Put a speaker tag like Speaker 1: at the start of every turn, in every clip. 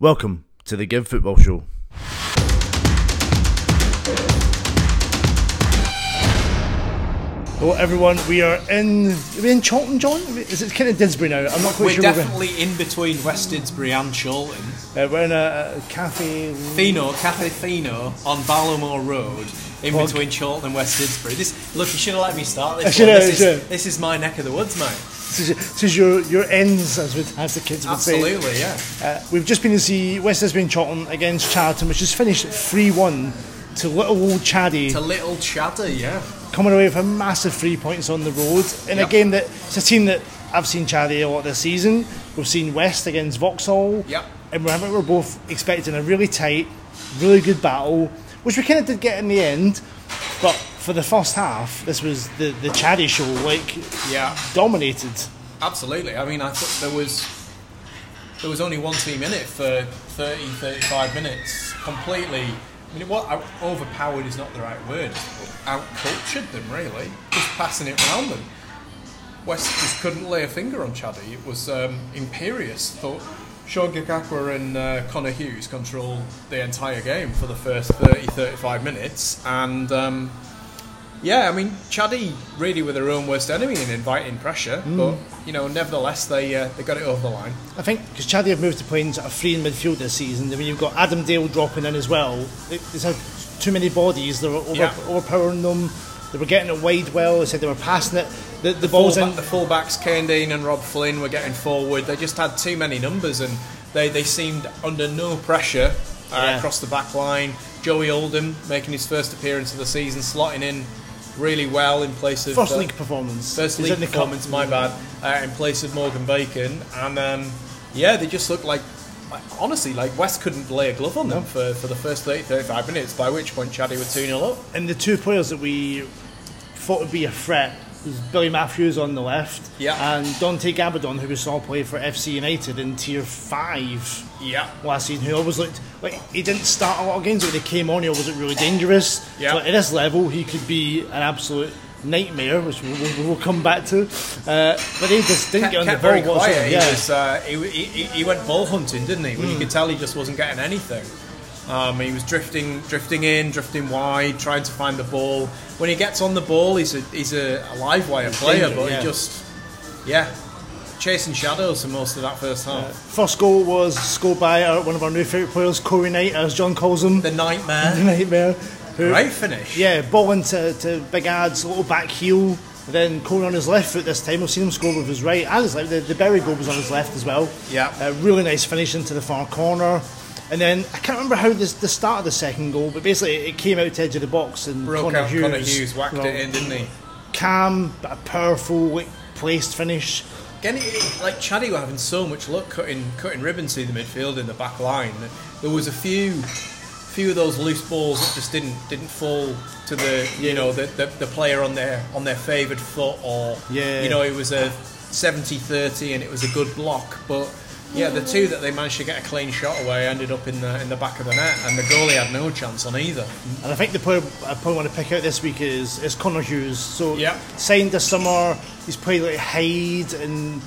Speaker 1: Welcome to the Give Football Show. Hello, everyone. We are in. Are we in Chalton, John? Is it kind of Didsbury now? I'm not quite
Speaker 2: We're
Speaker 1: sure. where
Speaker 2: definitely in between West Didsbury and Chorlton.
Speaker 1: We're, uh, we're in a, a cafe.
Speaker 2: Fino, Cafe Fino on Ballymore Road, in
Speaker 1: Fog.
Speaker 2: between Chorlton and West Didsbury. This look, you should have let me start
Speaker 1: I
Speaker 2: this.
Speaker 1: should
Speaker 2: one.
Speaker 1: have,
Speaker 2: This,
Speaker 1: I should
Speaker 2: is,
Speaker 1: have.
Speaker 2: this is my neck of the woods, mate.
Speaker 1: This is, this is your your ends, as, we, as the kids would say.
Speaker 2: Absolutely, yeah.
Speaker 1: Uh, we've just been to see West Didsbury and Chalton against Charlton, which has finished 3 1 to little old Chaddy,
Speaker 2: To little chatter, yeah.
Speaker 1: coming away with a massive three points on the road in
Speaker 2: Yep.
Speaker 1: a game that it's a team that I've seen Chaddy a lot this season. We've seen West against Vauxhall,
Speaker 2: Yep.
Speaker 1: and we're, I think we're both expecting a really tight, really good battle, which we kind of did get in the end. But for the first half, this was the, the Chaddy show, like
Speaker 2: Yeah.
Speaker 1: dominated.
Speaker 2: Absolutely. I mean, I thought there was there was only one team in it for 30, 35 minutes. Completely. I mean, what out- overpowered is not the right word. Outcultured them really, just passing it round them. West just couldn't lay a finger on Chaddy. It was um, imperious. Thought Sean Gagakwa and uh, Connor Hughes controlled the entire game for the first 30, 35 minutes, and. Um, yeah, I mean, Chaddy really were their own worst enemy in inviting pressure, but you know, nevertheless, they uh, they got it over the line.
Speaker 1: I think because Chaddy have moved to playing sort of free in midfield this season, I mean, you've got Adam Dale dropping in as well. They- There's had too many bodies, they were over,
Speaker 2: Yeah.
Speaker 1: overpowering them. They were getting it wide well, they said they were passing it. The, the ball's in.
Speaker 2: Fullback- the fullbacks, Kane Dean and Rob Flynn, were getting forward. They just had too many numbers, and they they seemed under no pressure uh,
Speaker 1: Yeah.
Speaker 2: across the back line. Joey Oldham making his first appearance of the season, slotting in really well in place of
Speaker 1: First
Speaker 2: uh,
Speaker 1: league performance.
Speaker 2: First
Speaker 1: He's
Speaker 2: league
Speaker 1: in the cup.
Speaker 2: performance, my bad, uh, in place of Morgan Bacon. And um, yeah, they just looked like, like, honestly, like West couldn't lay a glove on them for, for the first 30, 35 minutes, by which point Chaddy were 2 0 up.
Speaker 1: And the two players that we thought would be a threat was Billy Matthews on the left
Speaker 2: Yeah.
Speaker 1: and Dante Gabadon, who we saw play for FC United in Tier 5
Speaker 2: Yeah.
Speaker 1: last season, who always looked like he didn't start a lot of games, but when he came on, he wasn't really dangerous.
Speaker 2: Yeah.
Speaker 1: So at this level, he could be an absolute nightmare, which we- we- we'll, come back to. Uh, but he just didn't
Speaker 2: Kept,
Speaker 1: get on the
Speaker 2: kept
Speaker 1: ball
Speaker 2: very
Speaker 1: whatsoever.
Speaker 2: quiet.
Speaker 1: Yeah. Hmm.
Speaker 2: He, was, uh, he, he, he he went ball hunting, didn't he? When you could tell he just wasn't getting anything. Um, he was drifting, drifting in, drifting wide, trying to find the ball. When he gets on the ball, he's a he's a, a live wire player,
Speaker 1: dangerous,
Speaker 2: but
Speaker 1: yeah.
Speaker 2: he just yeah chasing shadows for most of that first half.
Speaker 1: First goal was scored by our, one of our new favourite players, Corey Knight, as John calls him.
Speaker 2: The
Speaker 1: The
Speaker 2: nightmare.
Speaker 1: nightmare. Who,
Speaker 2: Great finish.
Speaker 1: Yeah, ball into to Big Ad's little back heel. Then Conan on his left foot this time. We've seen him score with his right and his left. The, the Berry goal was on his left as well.
Speaker 2: Yeah.
Speaker 1: A really nice finish into the far corner. And then I can't remember how this, the start of the second goal, but basically it came out to edge of the box and
Speaker 2: Broke
Speaker 1: Connor
Speaker 2: out
Speaker 1: Hughes,
Speaker 2: Connor Hughes, whacked
Speaker 1: well,
Speaker 2: it in, didn't he?
Speaker 1: Calm but a powerful, like, placed finish.
Speaker 2: Again, it, it- like Chaddy were having so much luck cutting cutting ribbons through the midfield and the back line. that There was a few few of those loose balls that just didn't didn't fall to the you know the, the, the player on their on their favoured foot or
Speaker 1: Yeah.
Speaker 2: you know it was a 70-30 and it was a good block, but yeah, the two that they managed to get a clean shot away ended up in the in the back of the net, and the goalie had no chance on either.
Speaker 1: And I think the player I probably want to pick out this week is is Connor Hughes. So
Speaker 2: Yeah.
Speaker 1: signed this summer. He's played like Hyde and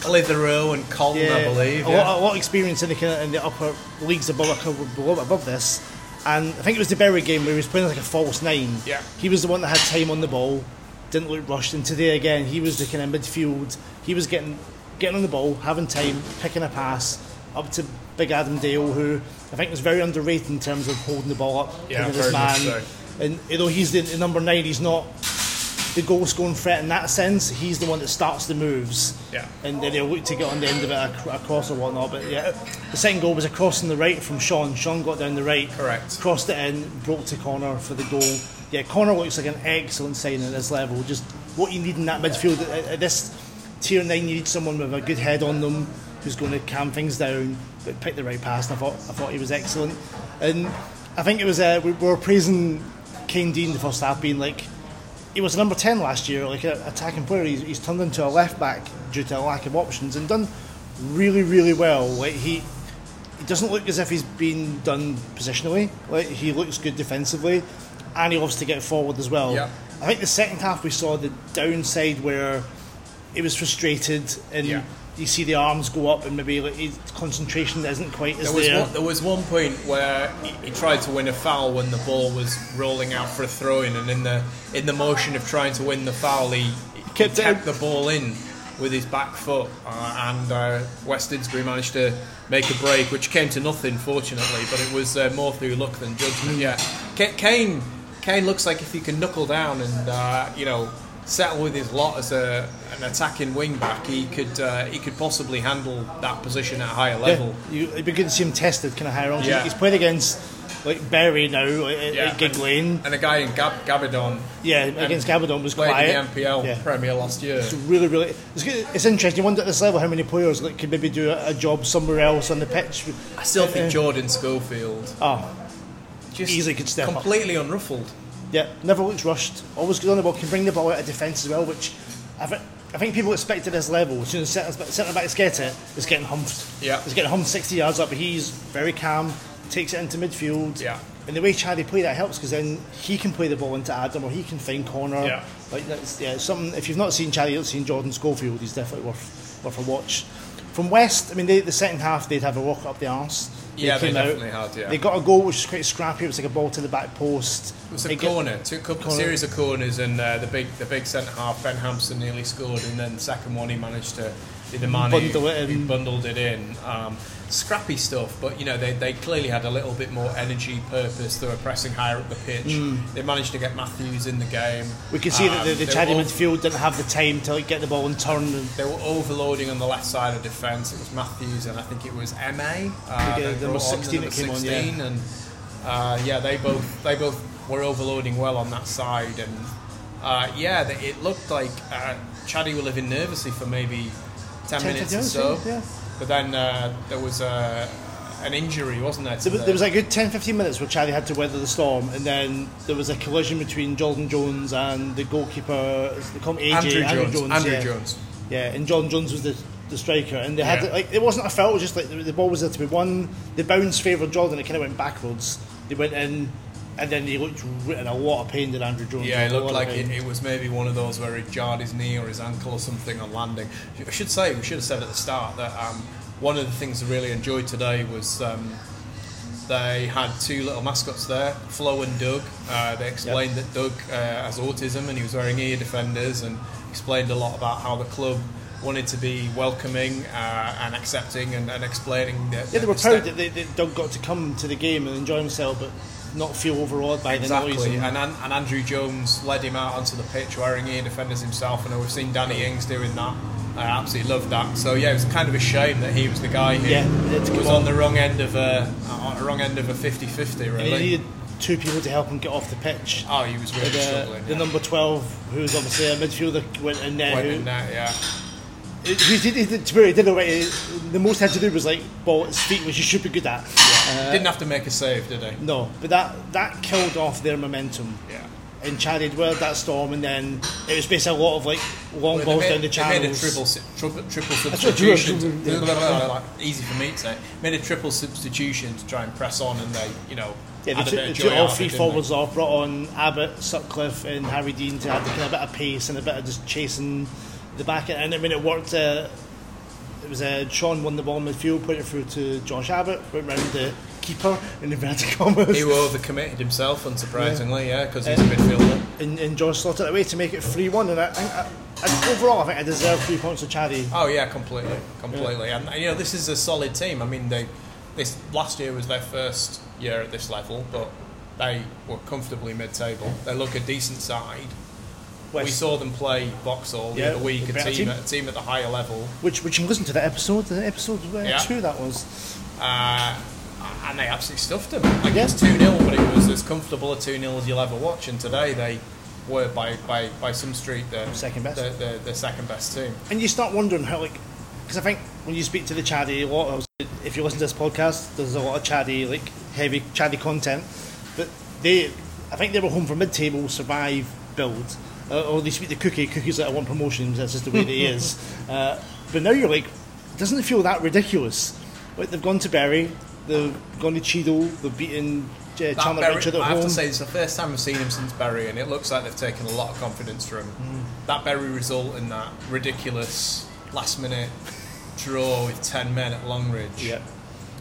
Speaker 2: Clitheroe and Colton, I believe.
Speaker 1: A,
Speaker 2: yeah.
Speaker 1: lot, a lot of experience in the kind of, in the upper leagues above like, below, above this, and I think it was the Berry game where he was playing like a false nine.
Speaker 2: Yeah.
Speaker 1: he was the one that had time on the ball, didn't look rushed. And today again, he was the kind of midfield. He was getting getting on the ball, having time, picking a pass up to Big Adam Dale, who I think was very underrated in terms of holding the ball up.
Speaker 2: Yeah,
Speaker 1: holding his
Speaker 2: very much
Speaker 1: man.
Speaker 2: so.
Speaker 1: And although he's the, the number nine, he's not the goal scoring threat in that sense. He's the one that starts the moves.
Speaker 2: Yeah.
Speaker 1: And then he'll look to get on the end of it ac- across or whatnot. But yeah, the second goal was a cross on the right from Sean. Sean got down the right.
Speaker 2: Correct.
Speaker 1: Crossed it in, broke to Connor for the goal. Yeah, Connor looks like an excellent signing at this level. Just what you need in that midfield at, at this tier nine, you need someone with a good head on them who's going to calm things down, but pick the right pass. And I thought I thought he was excellent. And I think it was uh, we we were praising Kane Dean the first half, being like he was a number 10 last year, like an attacking player. He's, he's turned into a left back due to a lack of options and done really, really well. Like he, he doesn't look as if he's been done positionally. Like he looks good defensively, and he loves to get forward as well.
Speaker 2: Yeah.
Speaker 1: I think the second half we saw the downside where it was frustrated and
Speaker 2: Yeah.
Speaker 1: you see the arms go up and maybe like, his concentration isn't quite as
Speaker 2: There
Speaker 1: there.
Speaker 2: was, one, there was one point where he, he tried to win a foul when the ball was rolling out for a throw in, and in the in the motion of trying to win the foul, he, he
Speaker 1: Kept it
Speaker 2: kept
Speaker 1: out.
Speaker 2: the ball in with his back foot, uh, and uh, West Didsbury managed to make a break, which came to nothing, fortunately. But it was uh, more through luck than judgment. Yeah, K- Kane Kane looks like if he can knuckle down and uh, you know settle with his lot as a, an attacking wing back, he could uh, he could possibly handle that position at a higher level.
Speaker 1: yeah, you, it'd be good to see him tested kind of higher on.
Speaker 2: Yeah.
Speaker 1: He's played against like Berry now like, at,
Speaker 2: Yeah,
Speaker 1: at Gig
Speaker 2: and-
Speaker 1: Lane.
Speaker 2: and a guy in Gab- Gabadon
Speaker 1: Yeah, against Gabadon was
Speaker 2: played
Speaker 1: quiet.
Speaker 2: in the NPL
Speaker 1: Yeah.
Speaker 2: Premier last year.
Speaker 1: It's really, really. It's, good. it's interesting. You wonder at this level how many players like, could maybe do a, a job somewhere else on the pitch.
Speaker 2: I still think Jordan Schofield
Speaker 1: Oh,
Speaker 2: just
Speaker 1: easily could step up.
Speaker 2: completely unruffled.
Speaker 1: yeah, never looks rushed. Always good on the ball. Can bring the ball out of defence as well, which I, thi- I think people expect at this level. As soon as centre centre backs get it, it's getting humped.
Speaker 2: Yeah.
Speaker 1: It's getting humped 60 yards up, but he's very calm, takes it into midfield.
Speaker 2: Yeah.
Speaker 1: And the way Chaddy play that helps because then he can play the ball into Adam or he can find corner.
Speaker 2: Yeah.
Speaker 1: Like that's yeah, it's something. If you've not seen Chaddy, you've seen Jordan Schofield. He's definitely worth worth a watch. From West, I mean, they, the second half they'd have a walk up the arse.
Speaker 2: Yeah, they definitely had, yeah.
Speaker 1: They got a goal which was quite scrappy. It was like a ball to the back post.
Speaker 2: It was a
Speaker 1: It get-
Speaker 2: corner, took a couple,
Speaker 1: Corner.
Speaker 2: series of corners, and uh, the big the big centre half Ben Hampson nearly scored, and then the second one he managed to did the man
Speaker 1: Bundle
Speaker 2: who,
Speaker 1: it
Speaker 2: who
Speaker 1: in.
Speaker 2: bundled it in. Um, scrappy stuff, but you know they, they clearly had a little bit more energy, purpose. They were pressing higher up the pitch. They managed to get Matthews in the game.
Speaker 1: Mm. We can see that
Speaker 2: Um,
Speaker 1: the, the
Speaker 2: they
Speaker 1: Chaddy
Speaker 2: were all-
Speaker 1: midfield didn't have the time to like, get the ball and turn. And
Speaker 2: They were overloading on the left side of defence. It was Matthews and I think it was MA.
Speaker 1: Yeah,
Speaker 2: Uh, they
Speaker 1: number
Speaker 2: brought on
Speaker 1: 16 that came on, yeah.
Speaker 2: and uh, yeah, they both they both were overloading well on that side, and uh, yeah, they, it looked like uh, Chaddy were living nervously for maybe ten,
Speaker 1: 10,
Speaker 2: minutes
Speaker 1: 15,
Speaker 2: or so.
Speaker 1: yeah.
Speaker 2: But then uh, there was uh, an injury, wasn't there? to
Speaker 1: there, was- there was a good 10 15 minutes where Chaddy had to weather the storm, and then there was a collision between Jordan Jones and the goalkeeper, is- they call him AJ,
Speaker 2: Andrew Jones. Andrew
Speaker 1: yeah.
Speaker 2: Jones.
Speaker 1: Yeah, and John Jones was the, the striker, and they had
Speaker 2: Yeah.
Speaker 1: like it wasn't a foul. It was just like the, the ball was there to be won. The bounce favoured Jordan. It kind of went backwards. They went in, and then he looked r- in a lot of pain. Did Andrew Jones?
Speaker 2: Yeah, it
Speaker 1: A lot
Speaker 2: looked
Speaker 1: of
Speaker 2: like it,
Speaker 1: pain.
Speaker 2: it was maybe one of those where he jarred his knee or his ankle or something on landing. I should say, we should have said at the start that um, one of the things I really enjoyed today was um, they had two little mascots there, Flo and Doug. Uh, they explained that Doug uh, has autism and he was wearing ear defenders and explained a lot about how the club wanted to be welcoming uh, and accepting and, and explaining that.
Speaker 1: Yeah, they
Speaker 2: that
Speaker 1: were
Speaker 2: the
Speaker 1: proud
Speaker 2: step-
Speaker 1: that, they, that Doug got to come to the game and enjoy himself, but not feel overawed by the noise.
Speaker 2: Exactly,
Speaker 1: and-
Speaker 2: and, and, and Andrew Jones led him out onto the pitch wearing ear defenders himself, and we've seen Danny Ings doing that. I absolutely loved that. So yeah, it was kind of a shame that he was the guy who
Speaker 1: Yeah, they had to
Speaker 2: was
Speaker 1: come
Speaker 2: on the wrong end of a on the wrong end of a 50-50,
Speaker 1: And he
Speaker 2: really.
Speaker 1: needed two people to help him get off the pitch.
Speaker 2: oh, he was really
Speaker 1: Like, uh,
Speaker 2: struggling.
Speaker 1: the
Speaker 2: yeah.
Speaker 1: number 12, who's obviously a midfielder, went in there.
Speaker 2: Went
Speaker 1: who,
Speaker 2: in there, yeah.
Speaker 1: it- he did, he did, to be fair, he did all right. He- The most he had to do was like ball at his feet, which he should be good at. Uh,
Speaker 2: Didn't have to make a save, did he?
Speaker 1: no, but that, that killed off their momentum.
Speaker 2: Yeah.
Speaker 1: And Chaddy had weathered that storm, and then it was basically a lot of like long
Speaker 2: Well,
Speaker 1: balls
Speaker 2: they made,
Speaker 1: down the
Speaker 2: they made
Speaker 1: channels.
Speaker 2: a triple, si- triple, triple
Speaker 1: what I drew, I
Speaker 2: substitution.
Speaker 1: drew-
Speaker 2: Blah, blah, blah, blah, Easy for me to say. Made a triple substitution to try and press on, and they, you know,
Speaker 1: Yeah, they
Speaker 2: had a
Speaker 1: took,
Speaker 2: bit
Speaker 1: they
Speaker 2: of
Speaker 1: took
Speaker 2: joy
Speaker 1: all
Speaker 2: out of
Speaker 1: three
Speaker 2: it, didn't they?
Speaker 1: forwards off, brought on Abbott, Sutcliffe, and Harry Dean to add the kind of bit of pace and a bit of just chasing the back. end. And I mean, it worked. Uh, it was uh, Sean won the ball in midfield, put it through to Josh Abbott, went round the keeper in inverted commas,
Speaker 2: He overcommitted himself, unsurprisingly, yeah, because he's a
Speaker 1: Uh,
Speaker 2: midfielder.
Speaker 1: and, and Josh slotted it away to make it 3 1. And I, I, I, overall, I think I deserve three points of Chaddy.
Speaker 2: Oh yeah, completely, completely. And, and, you know, this is a solid team. I mean, they this last year was their first year at this level, but they were comfortably mid-table. They look a decent side. We
Speaker 1: West,
Speaker 2: saw them play Vauxhall the
Speaker 1: Yeah,
Speaker 2: other week, a
Speaker 1: better
Speaker 2: team,
Speaker 1: team.
Speaker 2: a team at the higher level,
Speaker 1: which, which you can listen to that episode, the episode uh,
Speaker 2: Yeah.
Speaker 1: 2 that was.
Speaker 2: uh, and they absolutely stuffed them. Like
Speaker 1: Yeah.
Speaker 2: it was two 0 but it was as comfortable a two 0 as you'll ever watch. And today they were by, by, by some street the
Speaker 1: Second best.
Speaker 2: the, the, the second best team.
Speaker 1: and you start wondering how like because I think when you speak to the Chaddy a lot if you listen to this podcast there's a lot of Chaddy like heavy Chaddy content but they I think they were home for mid table survive build uh, or they speak to Cookie Cookie's like I want promotions that's just the way that he is uh, but now you're like doesn't it feel that ridiculous like they've gone to Berry they've gone to Cheadle they've beaten uh,
Speaker 2: That
Speaker 1: Chandler
Speaker 2: Berry-
Speaker 1: Richard at
Speaker 2: I
Speaker 1: home
Speaker 2: have to say, it's the first time I've seen him since Barry, and it looks like they've taken a lot of
Speaker 1: Mm.
Speaker 2: confidence from him. That Barry result and that ridiculous last minute draw with ten men at Longridge.
Speaker 1: Yeah.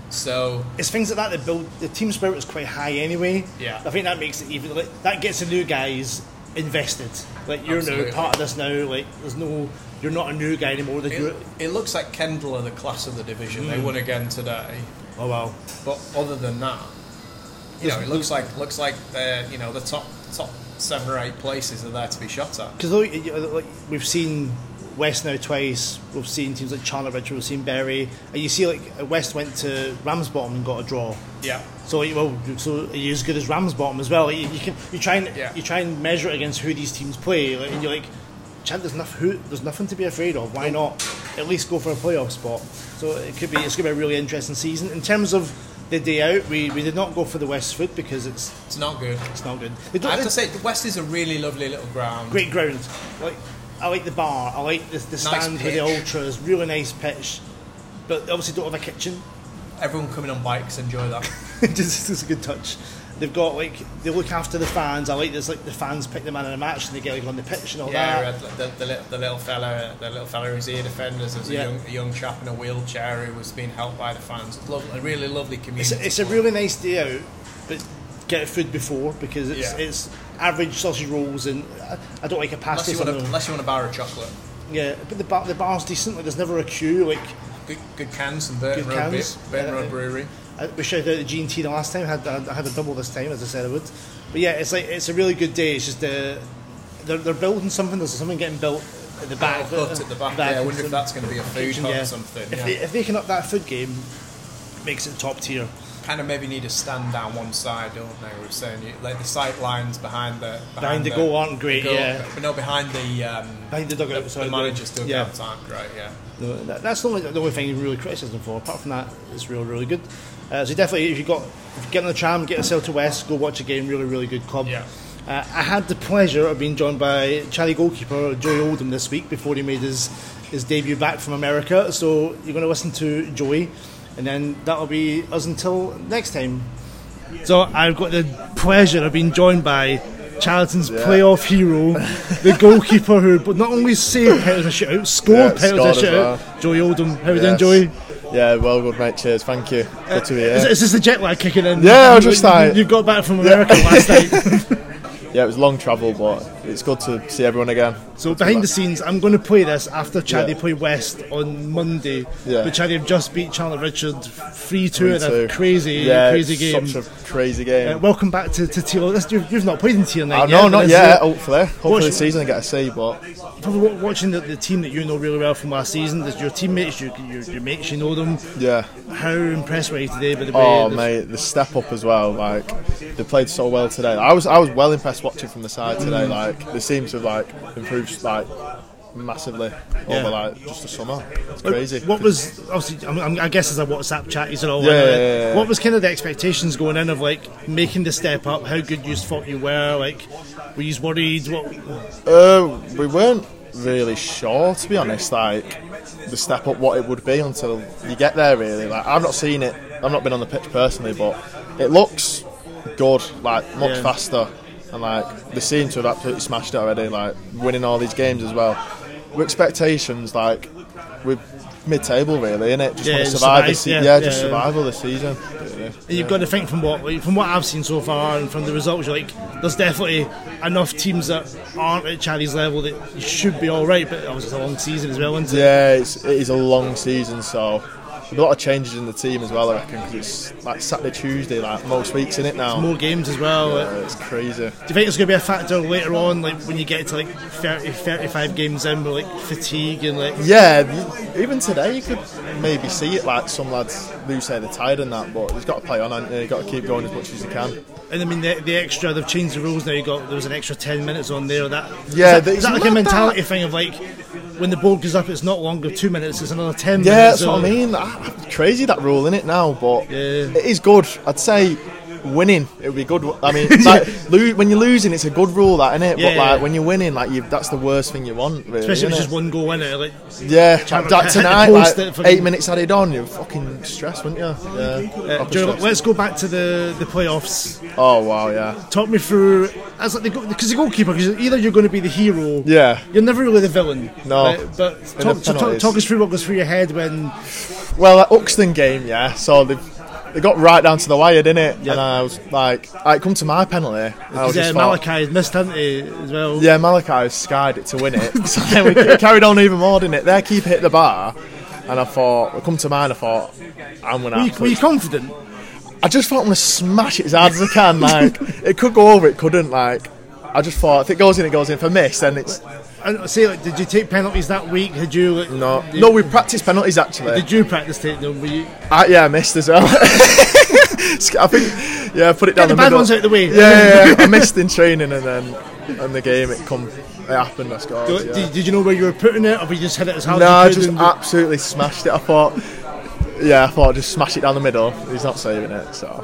Speaker 2: So
Speaker 1: It's things like that that build the team spirit is quite high anyway.
Speaker 2: Yeah.
Speaker 1: I think that makes it even like that gets the new guys invested. Like you're
Speaker 2: Absolutely.
Speaker 1: now part of this now. Like there's no you're not a new guy anymore. The
Speaker 2: it,
Speaker 1: group.
Speaker 2: it looks like Kendall are the class of the division. They
Speaker 1: Mm.
Speaker 2: won again today,
Speaker 1: Oh well.
Speaker 2: but other than that, you know, it looks like looks like they're you know the top top seven or eight places are there to be shot at.
Speaker 1: Because like, you know, like, we've seen West now twice. We've seen teams like Charlotte we've seen Berry, and you see like West went to Ramsbottom and got a draw.
Speaker 2: Yeah.
Speaker 1: So like, well, so are you as good as Ramsbottom as well? Like, you, you can you try and
Speaker 2: Yeah.
Speaker 1: you try and measure it against who these teams play, like, and you're like, Chad, there's enough who there's nothing to be afraid of. Why not at least go for a playoff spot? So it could be it's gonna be a really interesting season in terms of the day out. We we did not go for the West foot because it's
Speaker 2: It's not good.
Speaker 1: it's not good. They
Speaker 2: I
Speaker 1: don't,
Speaker 2: have to say, the West is a really lovely little ground.
Speaker 1: great ground. Like I like the bar. I like the, the stand with the
Speaker 2: pitch.
Speaker 1: ultras. Really nice pitch, but obviously don't have a kitchen.
Speaker 2: Everyone coming on bikes, enjoy that.
Speaker 1: just, just a good touch. They've got like they look after the fans. I like this like the fans pick the man in a match and they get like on the pitch and all
Speaker 2: yeah, we
Speaker 1: that.
Speaker 2: had the, the, little, the little fella, the little fella who's ear defenders. There was
Speaker 1: Yeah.
Speaker 2: a, young, a young chap in a wheelchair who was being helped by the fans. Lovely, a really lovely
Speaker 1: It's
Speaker 2: community.
Speaker 1: a, it's a really nice day out, but get food before because it's
Speaker 2: Yeah.
Speaker 1: it's average sausage rolls and I, I don't like a
Speaker 2: unless
Speaker 1: pasty.
Speaker 2: you, want a,
Speaker 1: something.
Speaker 2: unless you want a bar of chocolate,
Speaker 1: Yeah, but the bar the bar's decent. Like there's never a queue. Like
Speaker 2: good, good cans from Burton
Speaker 1: Good
Speaker 2: Road, Be-
Speaker 1: cans.
Speaker 2: Burton
Speaker 1: Yeah.
Speaker 2: Road Brewery.
Speaker 1: I, we shouted out at G and T the last time. I had I had a double this time, as I said I would. But yeah, it's like it's a really good day. It's just uh, they're they're building something. There's something getting built at the back.
Speaker 2: Little hut Oh, at the back. there. I wonder if that's going to be a food hut
Speaker 1: yeah.
Speaker 2: or something.
Speaker 1: If,
Speaker 2: Yeah.
Speaker 1: they, if they can up that food game, it makes it top tier.
Speaker 2: kind of maybe need a stand down one side, don't they? We were saying you- like the sight lines behind the behind,
Speaker 1: Behind the goal aren't great,
Speaker 2: goal-
Speaker 1: yeah.
Speaker 2: but no, behind the um,
Speaker 1: Behind the dugout,
Speaker 2: the,
Speaker 1: sorry,
Speaker 2: the managers dugout
Speaker 1: yeah.
Speaker 2: aren't great. Yeah,
Speaker 1: No, that, that's the only, the only thing you really criticism for. Apart from that, it's really really good. Uh, so definitely, if you got if you get on the tram, get yourself to West, go watch a game. Really really good club.
Speaker 2: Yeah.
Speaker 1: Uh, I had the pleasure of being joined by Charlie goalkeeper Joey Oldham this week before he made his his debut back from America. So you're going to listen to Joey, and then that'll be us until next time. So I've got the pleasure of being joined by Charlton's playoff hero, the goalkeeper who not only saved penalty shootout, scored
Speaker 3: Yeah,
Speaker 1: penalty
Speaker 3: scored as
Speaker 1: shootout, Joey Oldham. How are you doing,
Speaker 3: Yes.
Speaker 1: Joey?
Speaker 3: Yeah, well good, mate. Cheers. Thank you. Good to be
Speaker 1: Is,
Speaker 3: here.
Speaker 1: is this the jet lag kicking in?
Speaker 3: Yeah, I was
Speaker 1: You-
Speaker 3: just like-
Speaker 1: You got back from America last night.
Speaker 3: Yeah, it was long travel, but it's good to see everyone again.
Speaker 1: So behind the scenes, I'm going to play this after Chaddy
Speaker 3: Yeah.
Speaker 1: play West on Monday.
Speaker 3: Yeah.
Speaker 1: But Chaddy have just beat Charlotte Richard 3-2 in a
Speaker 3: Too.
Speaker 1: crazy,
Speaker 3: yeah,
Speaker 1: crazy
Speaker 3: it's
Speaker 1: game.
Speaker 3: Such a crazy
Speaker 1: Uh,
Speaker 3: game.
Speaker 1: welcome back to, to Tier. This, you've, you've not played in Tier 9
Speaker 3: I
Speaker 1: yet.
Speaker 3: know,
Speaker 1: but
Speaker 3: Uh, not
Speaker 1: this
Speaker 3: yet.
Speaker 1: is-
Speaker 3: Hopefully, hopefully
Speaker 1: Watch-
Speaker 3: this season I get a C, but
Speaker 1: Probably wa- watching the, the team that you know really well from last season, there's your teammates, your, your, your mates, you know them.
Speaker 3: yeah.
Speaker 1: How impressed were you today by the way?
Speaker 3: Oh
Speaker 1: the-
Speaker 3: mate, the step up as well. Like they played so well today. I was I was well impressed watching from the side
Speaker 1: Mm.
Speaker 3: today. Like they seem to have like improved like massively
Speaker 1: Yeah.
Speaker 3: over like just the summer. It's crazy.
Speaker 1: What was obviously? I'm, I'm- I guess as a WhatsApp chat, he's all.
Speaker 3: Yeah,
Speaker 1: in on it.
Speaker 3: yeah, yeah, yeah.
Speaker 1: What was kind of the expectations going in of like making the step up? How good you thought you were? Like, were you worried? What?
Speaker 3: Uh, we weren't really sure, to be honest. Like the step up, what it would be until you get there. Really, like I've not seen it. I've not been on the pitch personally, but it looks good. Like much
Speaker 1: Yeah.
Speaker 3: faster, and like they seem to have absolutely smashed it already. Like winning all these games as well. With expectations, like we're mid-table really, innit? Just
Speaker 1: Yeah,
Speaker 3: want
Speaker 1: just
Speaker 3: to survive. This se-
Speaker 1: survive,
Speaker 3: yeah,
Speaker 1: yeah,
Speaker 3: just
Speaker 1: yeah.
Speaker 3: survival this season. really.
Speaker 1: And you've got to think from what like, from what I've seen so far and from the results. You're like, there's definitely enough teams that aren't at Charlie's level that you should be all right. But obviously, it's a long season as well, isn't it?
Speaker 3: Yeah, it's, it is a long season, so there'll be a lot of changes in the team as well. I reckon because it's like Saturday, Tuesday, like most weeks in it now.
Speaker 1: More games as well.
Speaker 3: Uh, it's crazy.
Speaker 1: Do you think it's going to be a factor later on, like when you get to like 30, 35 games in, with like fatigue and like
Speaker 3: Yeah, you- even today you could maybe see it. Like some lads lose say they're tired and that, but you've got to play on, and you've got to keep going as much as you can.
Speaker 1: And I mean the, the extra they've changed the rules now. You got there was an extra ten minutes on there. That
Speaker 3: Yeah,
Speaker 1: is that,
Speaker 3: that-
Speaker 1: is that
Speaker 3: it's
Speaker 1: like a
Speaker 3: mad,
Speaker 1: mentality thing of like when the board goes up, it's not longer two minutes, it's another ten
Speaker 3: Yeah,
Speaker 1: minutes.
Speaker 3: that's what I mean. Ah, Crazy that rule in it now, but
Speaker 1: Yeah.
Speaker 3: it is good. I'd say winning, it would be good. I mean, like, lo- when you're losing, it's a good rule, that innit?
Speaker 1: Yeah,
Speaker 3: but
Speaker 1: yeah,
Speaker 3: like
Speaker 1: yeah.
Speaker 3: when you're winning, like you, that's the worst thing you want, really.
Speaker 1: Especially if it's
Speaker 3: innit?
Speaker 1: just one goal in it. Like,
Speaker 3: Yeah,
Speaker 1: Channel
Speaker 3: like
Speaker 1: Ten.
Speaker 3: tonight,
Speaker 1: Post
Speaker 3: like
Speaker 1: it for-
Speaker 3: eight minutes added on, you're fucking stressed, wouldn't you? Yeah.
Speaker 1: uh, do
Speaker 3: Proper
Speaker 1: you know what,
Speaker 3: stressed.
Speaker 1: let's go back to the, the playoffs.
Speaker 3: oh wow, yeah,
Speaker 1: Talk me through as like the because the goalkeeper because either you're going to be the hero,
Speaker 3: yeah.
Speaker 1: you're never really the villain.
Speaker 3: No.
Speaker 1: but talk, so talk,
Speaker 3: penalties.
Speaker 1: talk us through what goes through your head when
Speaker 3: Well, that Uxton game, yeah. So they they got right down to the wire, didn't it? And I was like, I come to my penalty. I was
Speaker 1: yeah,
Speaker 3: just thought-
Speaker 1: uh, Malachi has missed hadn't he, as well.
Speaker 3: Yeah, Malachi skied it to win it. so then we c- carried on even more, didn't it? Their keeper hit the bar, and I thought, I come to mine, I thought, I'm gonna.
Speaker 1: Were you, were
Speaker 3: absolutely
Speaker 1: you confident?
Speaker 3: I just thought I'm gonna smash it as hard as I can. Like it could go over, it couldn't. Like I just thought if it goes in, it goes in. If I miss, then it's
Speaker 1: And say, like, did you take penalties that week? Had you like,
Speaker 3: no.
Speaker 1: did-
Speaker 3: No, we practicce penalties actually.
Speaker 1: Did you practice taking them? Were you,
Speaker 3: I, yeah, I missed as well. I think yeah, I put it down
Speaker 1: the
Speaker 3: the,
Speaker 1: bad
Speaker 3: middle.
Speaker 1: ones out the way.
Speaker 3: Yeah, yeah, yeah. I missed in training and then and the game it come it happened. I scored.
Speaker 1: did,
Speaker 3: yeah.
Speaker 1: did you know where you were putting it, or were you just hit it as hard
Speaker 3: No, I
Speaker 1: as you
Speaker 3: just
Speaker 1: could? and-
Speaker 3: absolutely smashed it. I thought, yeah, I thought I'd just smash it down the middle. He's not saving it, so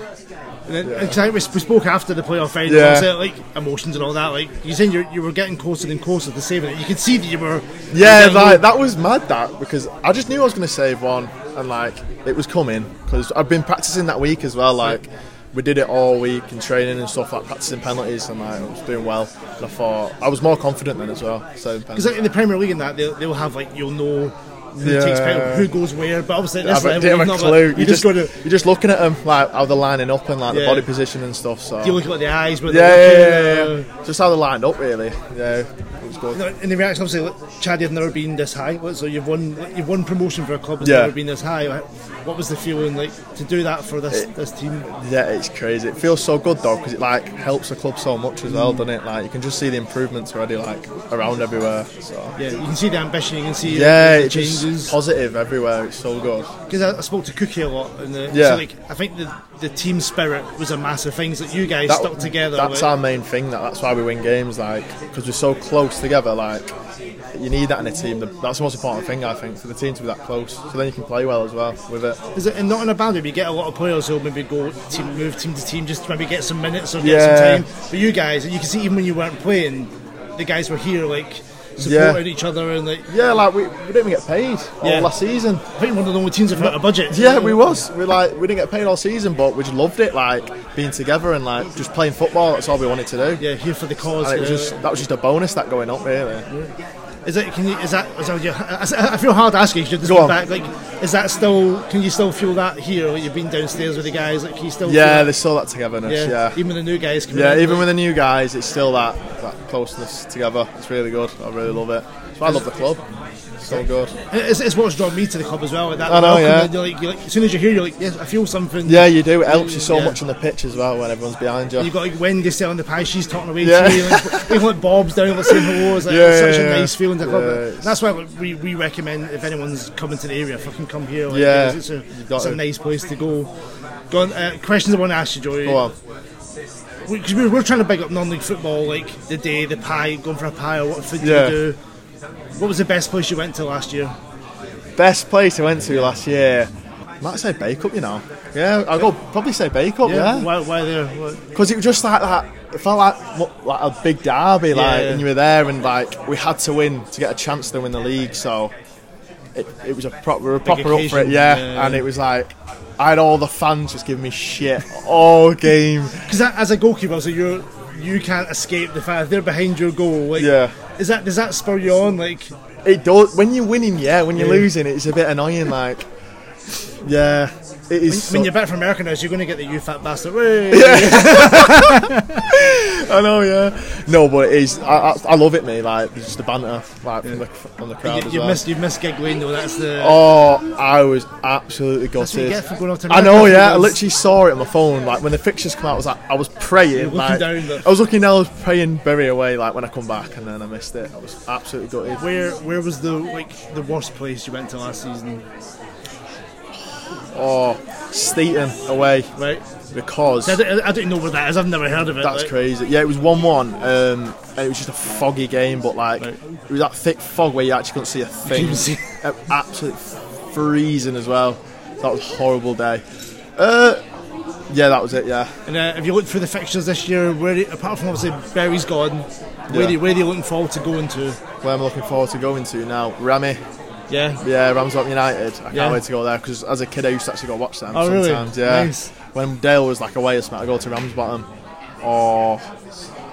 Speaker 1: and then- and 'cause I think we, sp- we spoke after the playoff final,
Speaker 3: Yeah.
Speaker 1: so, like emotions and all that. Like you saying, you you were getting closer and closer to saving it. You could see that you were.
Speaker 3: yeah,
Speaker 1: you were-
Speaker 3: like that was mad. That because I just knew I was going to save one, and like it was coming because I've been practicing that week as well. Like we did it all week in training and stuff, like practicing penalties, and like I was doing well. And I thought I was more confident then as well. Saving penalties.
Speaker 1: Because like, in the Premier League and that, they'll, they'll have like you'll know who takes
Speaker 3: Yeah.
Speaker 1: penalty, who goes where. But obviously, at this
Speaker 3: I
Speaker 1: level,
Speaker 3: didn't
Speaker 1: you've
Speaker 3: have a
Speaker 1: not got-
Speaker 3: clue.
Speaker 1: you just got to
Speaker 3: you're just looking at them like how they're lining up and like
Speaker 1: Yeah.
Speaker 3: the body position and stuff. So
Speaker 1: you look at the eyes, but
Speaker 3: Yeah, yeah, yeah,
Speaker 1: uh,
Speaker 3: yeah, yeah. Just how they lined up, really. Yeah, it was good.
Speaker 1: In the reaction, obviously, look, Chad, you've never been this high. What- So you've won, you've won promotion for a club that's
Speaker 3: Yeah.
Speaker 1: never been this high. Like, What was the feeling like to do that for this this team?
Speaker 3: Yeah, it's crazy. It feels so good though because it like helps the club so much as well, doesn't it? Like you can just see the improvements already, like around everywhere. So
Speaker 1: Yeah, you can see the ambition, you can see
Speaker 3: yeah,
Speaker 1: the
Speaker 3: it's just
Speaker 1: changes.
Speaker 3: positive everywhere. It's so good.
Speaker 1: Because I, I spoke to Cookie a lot, and the,
Speaker 3: Yeah.
Speaker 1: so, like I think the the team spirit was a massive thing. That you guys stuck together. eh?
Speaker 3: That's
Speaker 1: like-
Speaker 3: our main thing. That that's why we win games, like because we're so close together. Like you need that in a team. The- That's the most important thing I think for the team to be that close. So then you can play well as well with it.
Speaker 1: Is it, and not in a bad way, but you get a lot of players who'll maybe go team, move team to team just to maybe get some minutes or get
Speaker 3: Yeah.
Speaker 1: some time. But you guys, you can see even when you weren't playing, the guys were here like
Speaker 3: Yeah.
Speaker 1: supporting each other and like
Speaker 3: Yeah, like we, we didn't even get paid all
Speaker 1: Yeah.
Speaker 3: last season.
Speaker 1: I think one of the only teams without a budget.
Speaker 3: Yeah, we was. We like we didn't get paid all season, but we just loved it, like being together and like just playing football. That's all we wanted to do.
Speaker 1: Yeah, here for the cause.
Speaker 3: And it was
Speaker 1: you know.
Speaker 3: just that was just a bonus that going up really.
Speaker 1: is that can you is that is that your, I I feel hard asking because
Speaker 3: Go
Speaker 1: you're
Speaker 3: on.
Speaker 1: back. Like, is that still? Can you still feel that here? Like you've been downstairs with the guys. Like, can you still?
Speaker 3: Yeah,
Speaker 1: feel
Speaker 3: they
Speaker 1: that?
Speaker 3: saw that togetherness.
Speaker 1: yeah.
Speaker 3: Yeah, yeah.
Speaker 1: Even the new guys. Coming in,
Speaker 3: even
Speaker 1: like,
Speaker 3: with the new guys, it's still that that closeness together. It's really good. I really love it. That's why I love the club. So good.
Speaker 1: it's, it's what's drawn me to the club as well. Like that
Speaker 3: I know,
Speaker 1: welcome,
Speaker 3: yeah.
Speaker 1: and You're like, you're like, as soon as you're here, you're like, yes, I feel something.
Speaker 3: Yeah, you do. It helps you so
Speaker 1: Yeah.
Speaker 3: much on the pitch as well when everyone's behind you.
Speaker 1: You've got like Wendy selling the pie, she's talking away
Speaker 3: Yeah.
Speaker 1: to you. Like, even like Bob's down, like saying hello. It's like
Speaker 3: Yeah,
Speaker 1: such
Speaker 3: yeah,
Speaker 1: a
Speaker 3: yeah.
Speaker 1: nice feeling to come.
Speaker 3: Yeah,
Speaker 1: Like,
Speaker 3: it's-
Speaker 1: That's why like, we, we recommend if anyone's coming to the area, fucking come here. Like,
Speaker 3: Yeah,
Speaker 1: because
Speaker 3: you've
Speaker 1: it's, a,
Speaker 3: got
Speaker 1: it's a
Speaker 3: to.
Speaker 1: nice place to go. Go on, uh, questions I want to ask you, Joey.
Speaker 3: Go on.
Speaker 1: Because we, are trying to big up non-league football, like the day, the pie, going for a pie, or what food
Speaker 3: Yeah.
Speaker 1: do you do. What was the best place you went to last year?
Speaker 3: Best place I went to last year. Might say Bake Up, you know. Yeah, I'll go probably say Bake Up. yeah.
Speaker 1: Why, why there? What?
Speaker 3: because it was just like that. It felt like mo- like a big derby, like
Speaker 1: Yeah.
Speaker 3: and you were there, and like we had to win to get a chance to win the league. So it, it was a proper, we were proper up for it,
Speaker 1: occasion,
Speaker 3: yeah.
Speaker 1: yeah.
Speaker 3: And it was like I had all the fans just giving me shit all game.
Speaker 1: Because as a goalkeeper, so you're you can't escape the fact they're behind your goal. Like,
Speaker 3: Yeah.
Speaker 1: Is that does that spur you on? Like,
Speaker 3: It does when you're winning, yeah. When you're
Speaker 1: Yeah.
Speaker 3: losing, it's a bit annoying. Like, yeah, it is.
Speaker 1: when
Speaker 3: so-
Speaker 1: you're back from America now, so you're going to get the you fat bastard. Way.
Speaker 3: I know, yeah. No, but it is. I, I, I love it, mate. Like, there's just the banter, like from the from the crowd
Speaker 1: You,
Speaker 3: as
Speaker 1: you
Speaker 3: well.
Speaker 1: missed you missed gig lane though. That's the
Speaker 3: Oh, I was absolutely gutted.
Speaker 1: you get for going off to
Speaker 3: I know,
Speaker 1: America,
Speaker 3: yeah. I
Speaker 1: because-
Speaker 3: literally saw it on my phone. Like when the fixtures come out, I was like, I was praying.
Speaker 1: looking
Speaker 3: Like,
Speaker 1: down, though.
Speaker 3: I was looking down, I was praying bury away. Like when I come back, and then I missed it. I was absolutely gutted.
Speaker 1: where where was the like the worst place you went to last season?
Speaker 3: Oh, Steaton away
Speaker 1: Right.
Speaker 3: because
Speaker 1: I don't, I don't know where that is. I've never heard of it.
Speaker 3: that's
Speaker 1: like,
Speaker 3: crazy. Yeah, it was one-one, um, and it was just a foggy game. But like,
Speaker 1: Right.
Speaker 3: it was that thick fog where you actually couldn't see a thing.
Speaker 1: couldn't see.
Speaker 3: Uh, Absolute freezing as well. That was a horrible day. Uh, Yeah, that was it. Yeah,
Speaker 1: And uh, if you look through the fixtures this year, where apart from obviously Berry's gone, where,
Speaker 3: Yeah.
Speaker 1: do you- where are you looking forward to going to?
Speaker 3: where I'm looking forward to going to now. Ramy,
Speaker 1: Yeah,
Speaker 3: yeah, Ramsgate United. I can't
Speaker 1: Yeah.
Speaker 3: wait to go there because as a kid I used to actually go watch them
Speaker 1: Oh, really?
Speaker 3: sometimes. Yeah,
Speaker 1: Nice.
Speaker 3: when Dale was like away, I would go to Ramsbottom. Or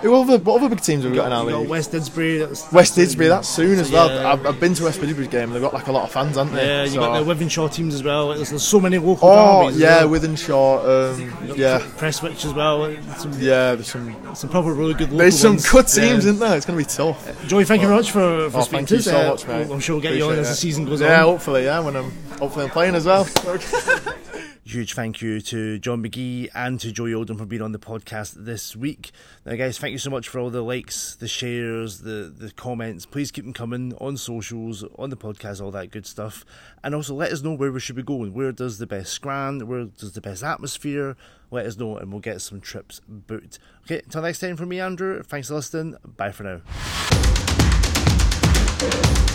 Speaker 3: who other what other big teams have we got in our
Speaker 1: you got
Speaker 3: league?
Speaker 1: West Didsbury. That's,
Speaker 3: West Didsbury, that's soon as well.
Speaker 1: Yeah.
Speaker 3: I've, I've been to West Didsbury's game and they've got like a lot of fans, haven't they?
Speaker 1: yeah, you
Speaker 3: So-
Speaker 1: got the Wivenshaw teams as well. There's, there's so many local
Speaker 3: ah. Oh
Speaker 1: derbies. as
Speaker 3: yeah,
Speaker 1: well.
Speaker 3: Withenshaw. Um, yeah,
Speaker 1: Presswich as well. Some,
Speaker 3: yeah. There's some
Speaker 1: some proper really good local
Speaker 3: there's some
Speaker 1: ones.
Speaker 3: good teams,
Speaker 1: Yeah.
Speaker 3: isn't there? It's gonna be tough.
Speaker 1: Joey, thank you very much for, for
Speaker 3: Oh,
Speaker 1: speaking
Speaker 3: thank
Speaker 1: to
Speaker 3: you
Speaker 1: us.
Speaker 3: so
Speaker 1: Uh,
Speaker 3: much, mate.
Speaker 1: I'm sure we'll get you on
Speaker 3: Appreciate
Speaker 1: as the
Speaker 3: it.
Speaker 1: season goes
Speaker 3: Yeah,
Speaker 1: on.
Speaker 3: hopefully. Yeah, when I'm hopefully I'm playing as well.
Speaker 1: Huge thank you to John McGee and to Joey Oldham for being on the podcast this week. Now, guys, thank you so much for all the likes, the shares, the, the comments. Please keep them coming on socials, on the podcast, all that good stuff. And also let us know where we should be going. Where does the best scran? Where does the best atmosphere? Let us know and we'll get some trips booked. Okay, until next time from me, Andrew. Thanks for listening. Bye for now.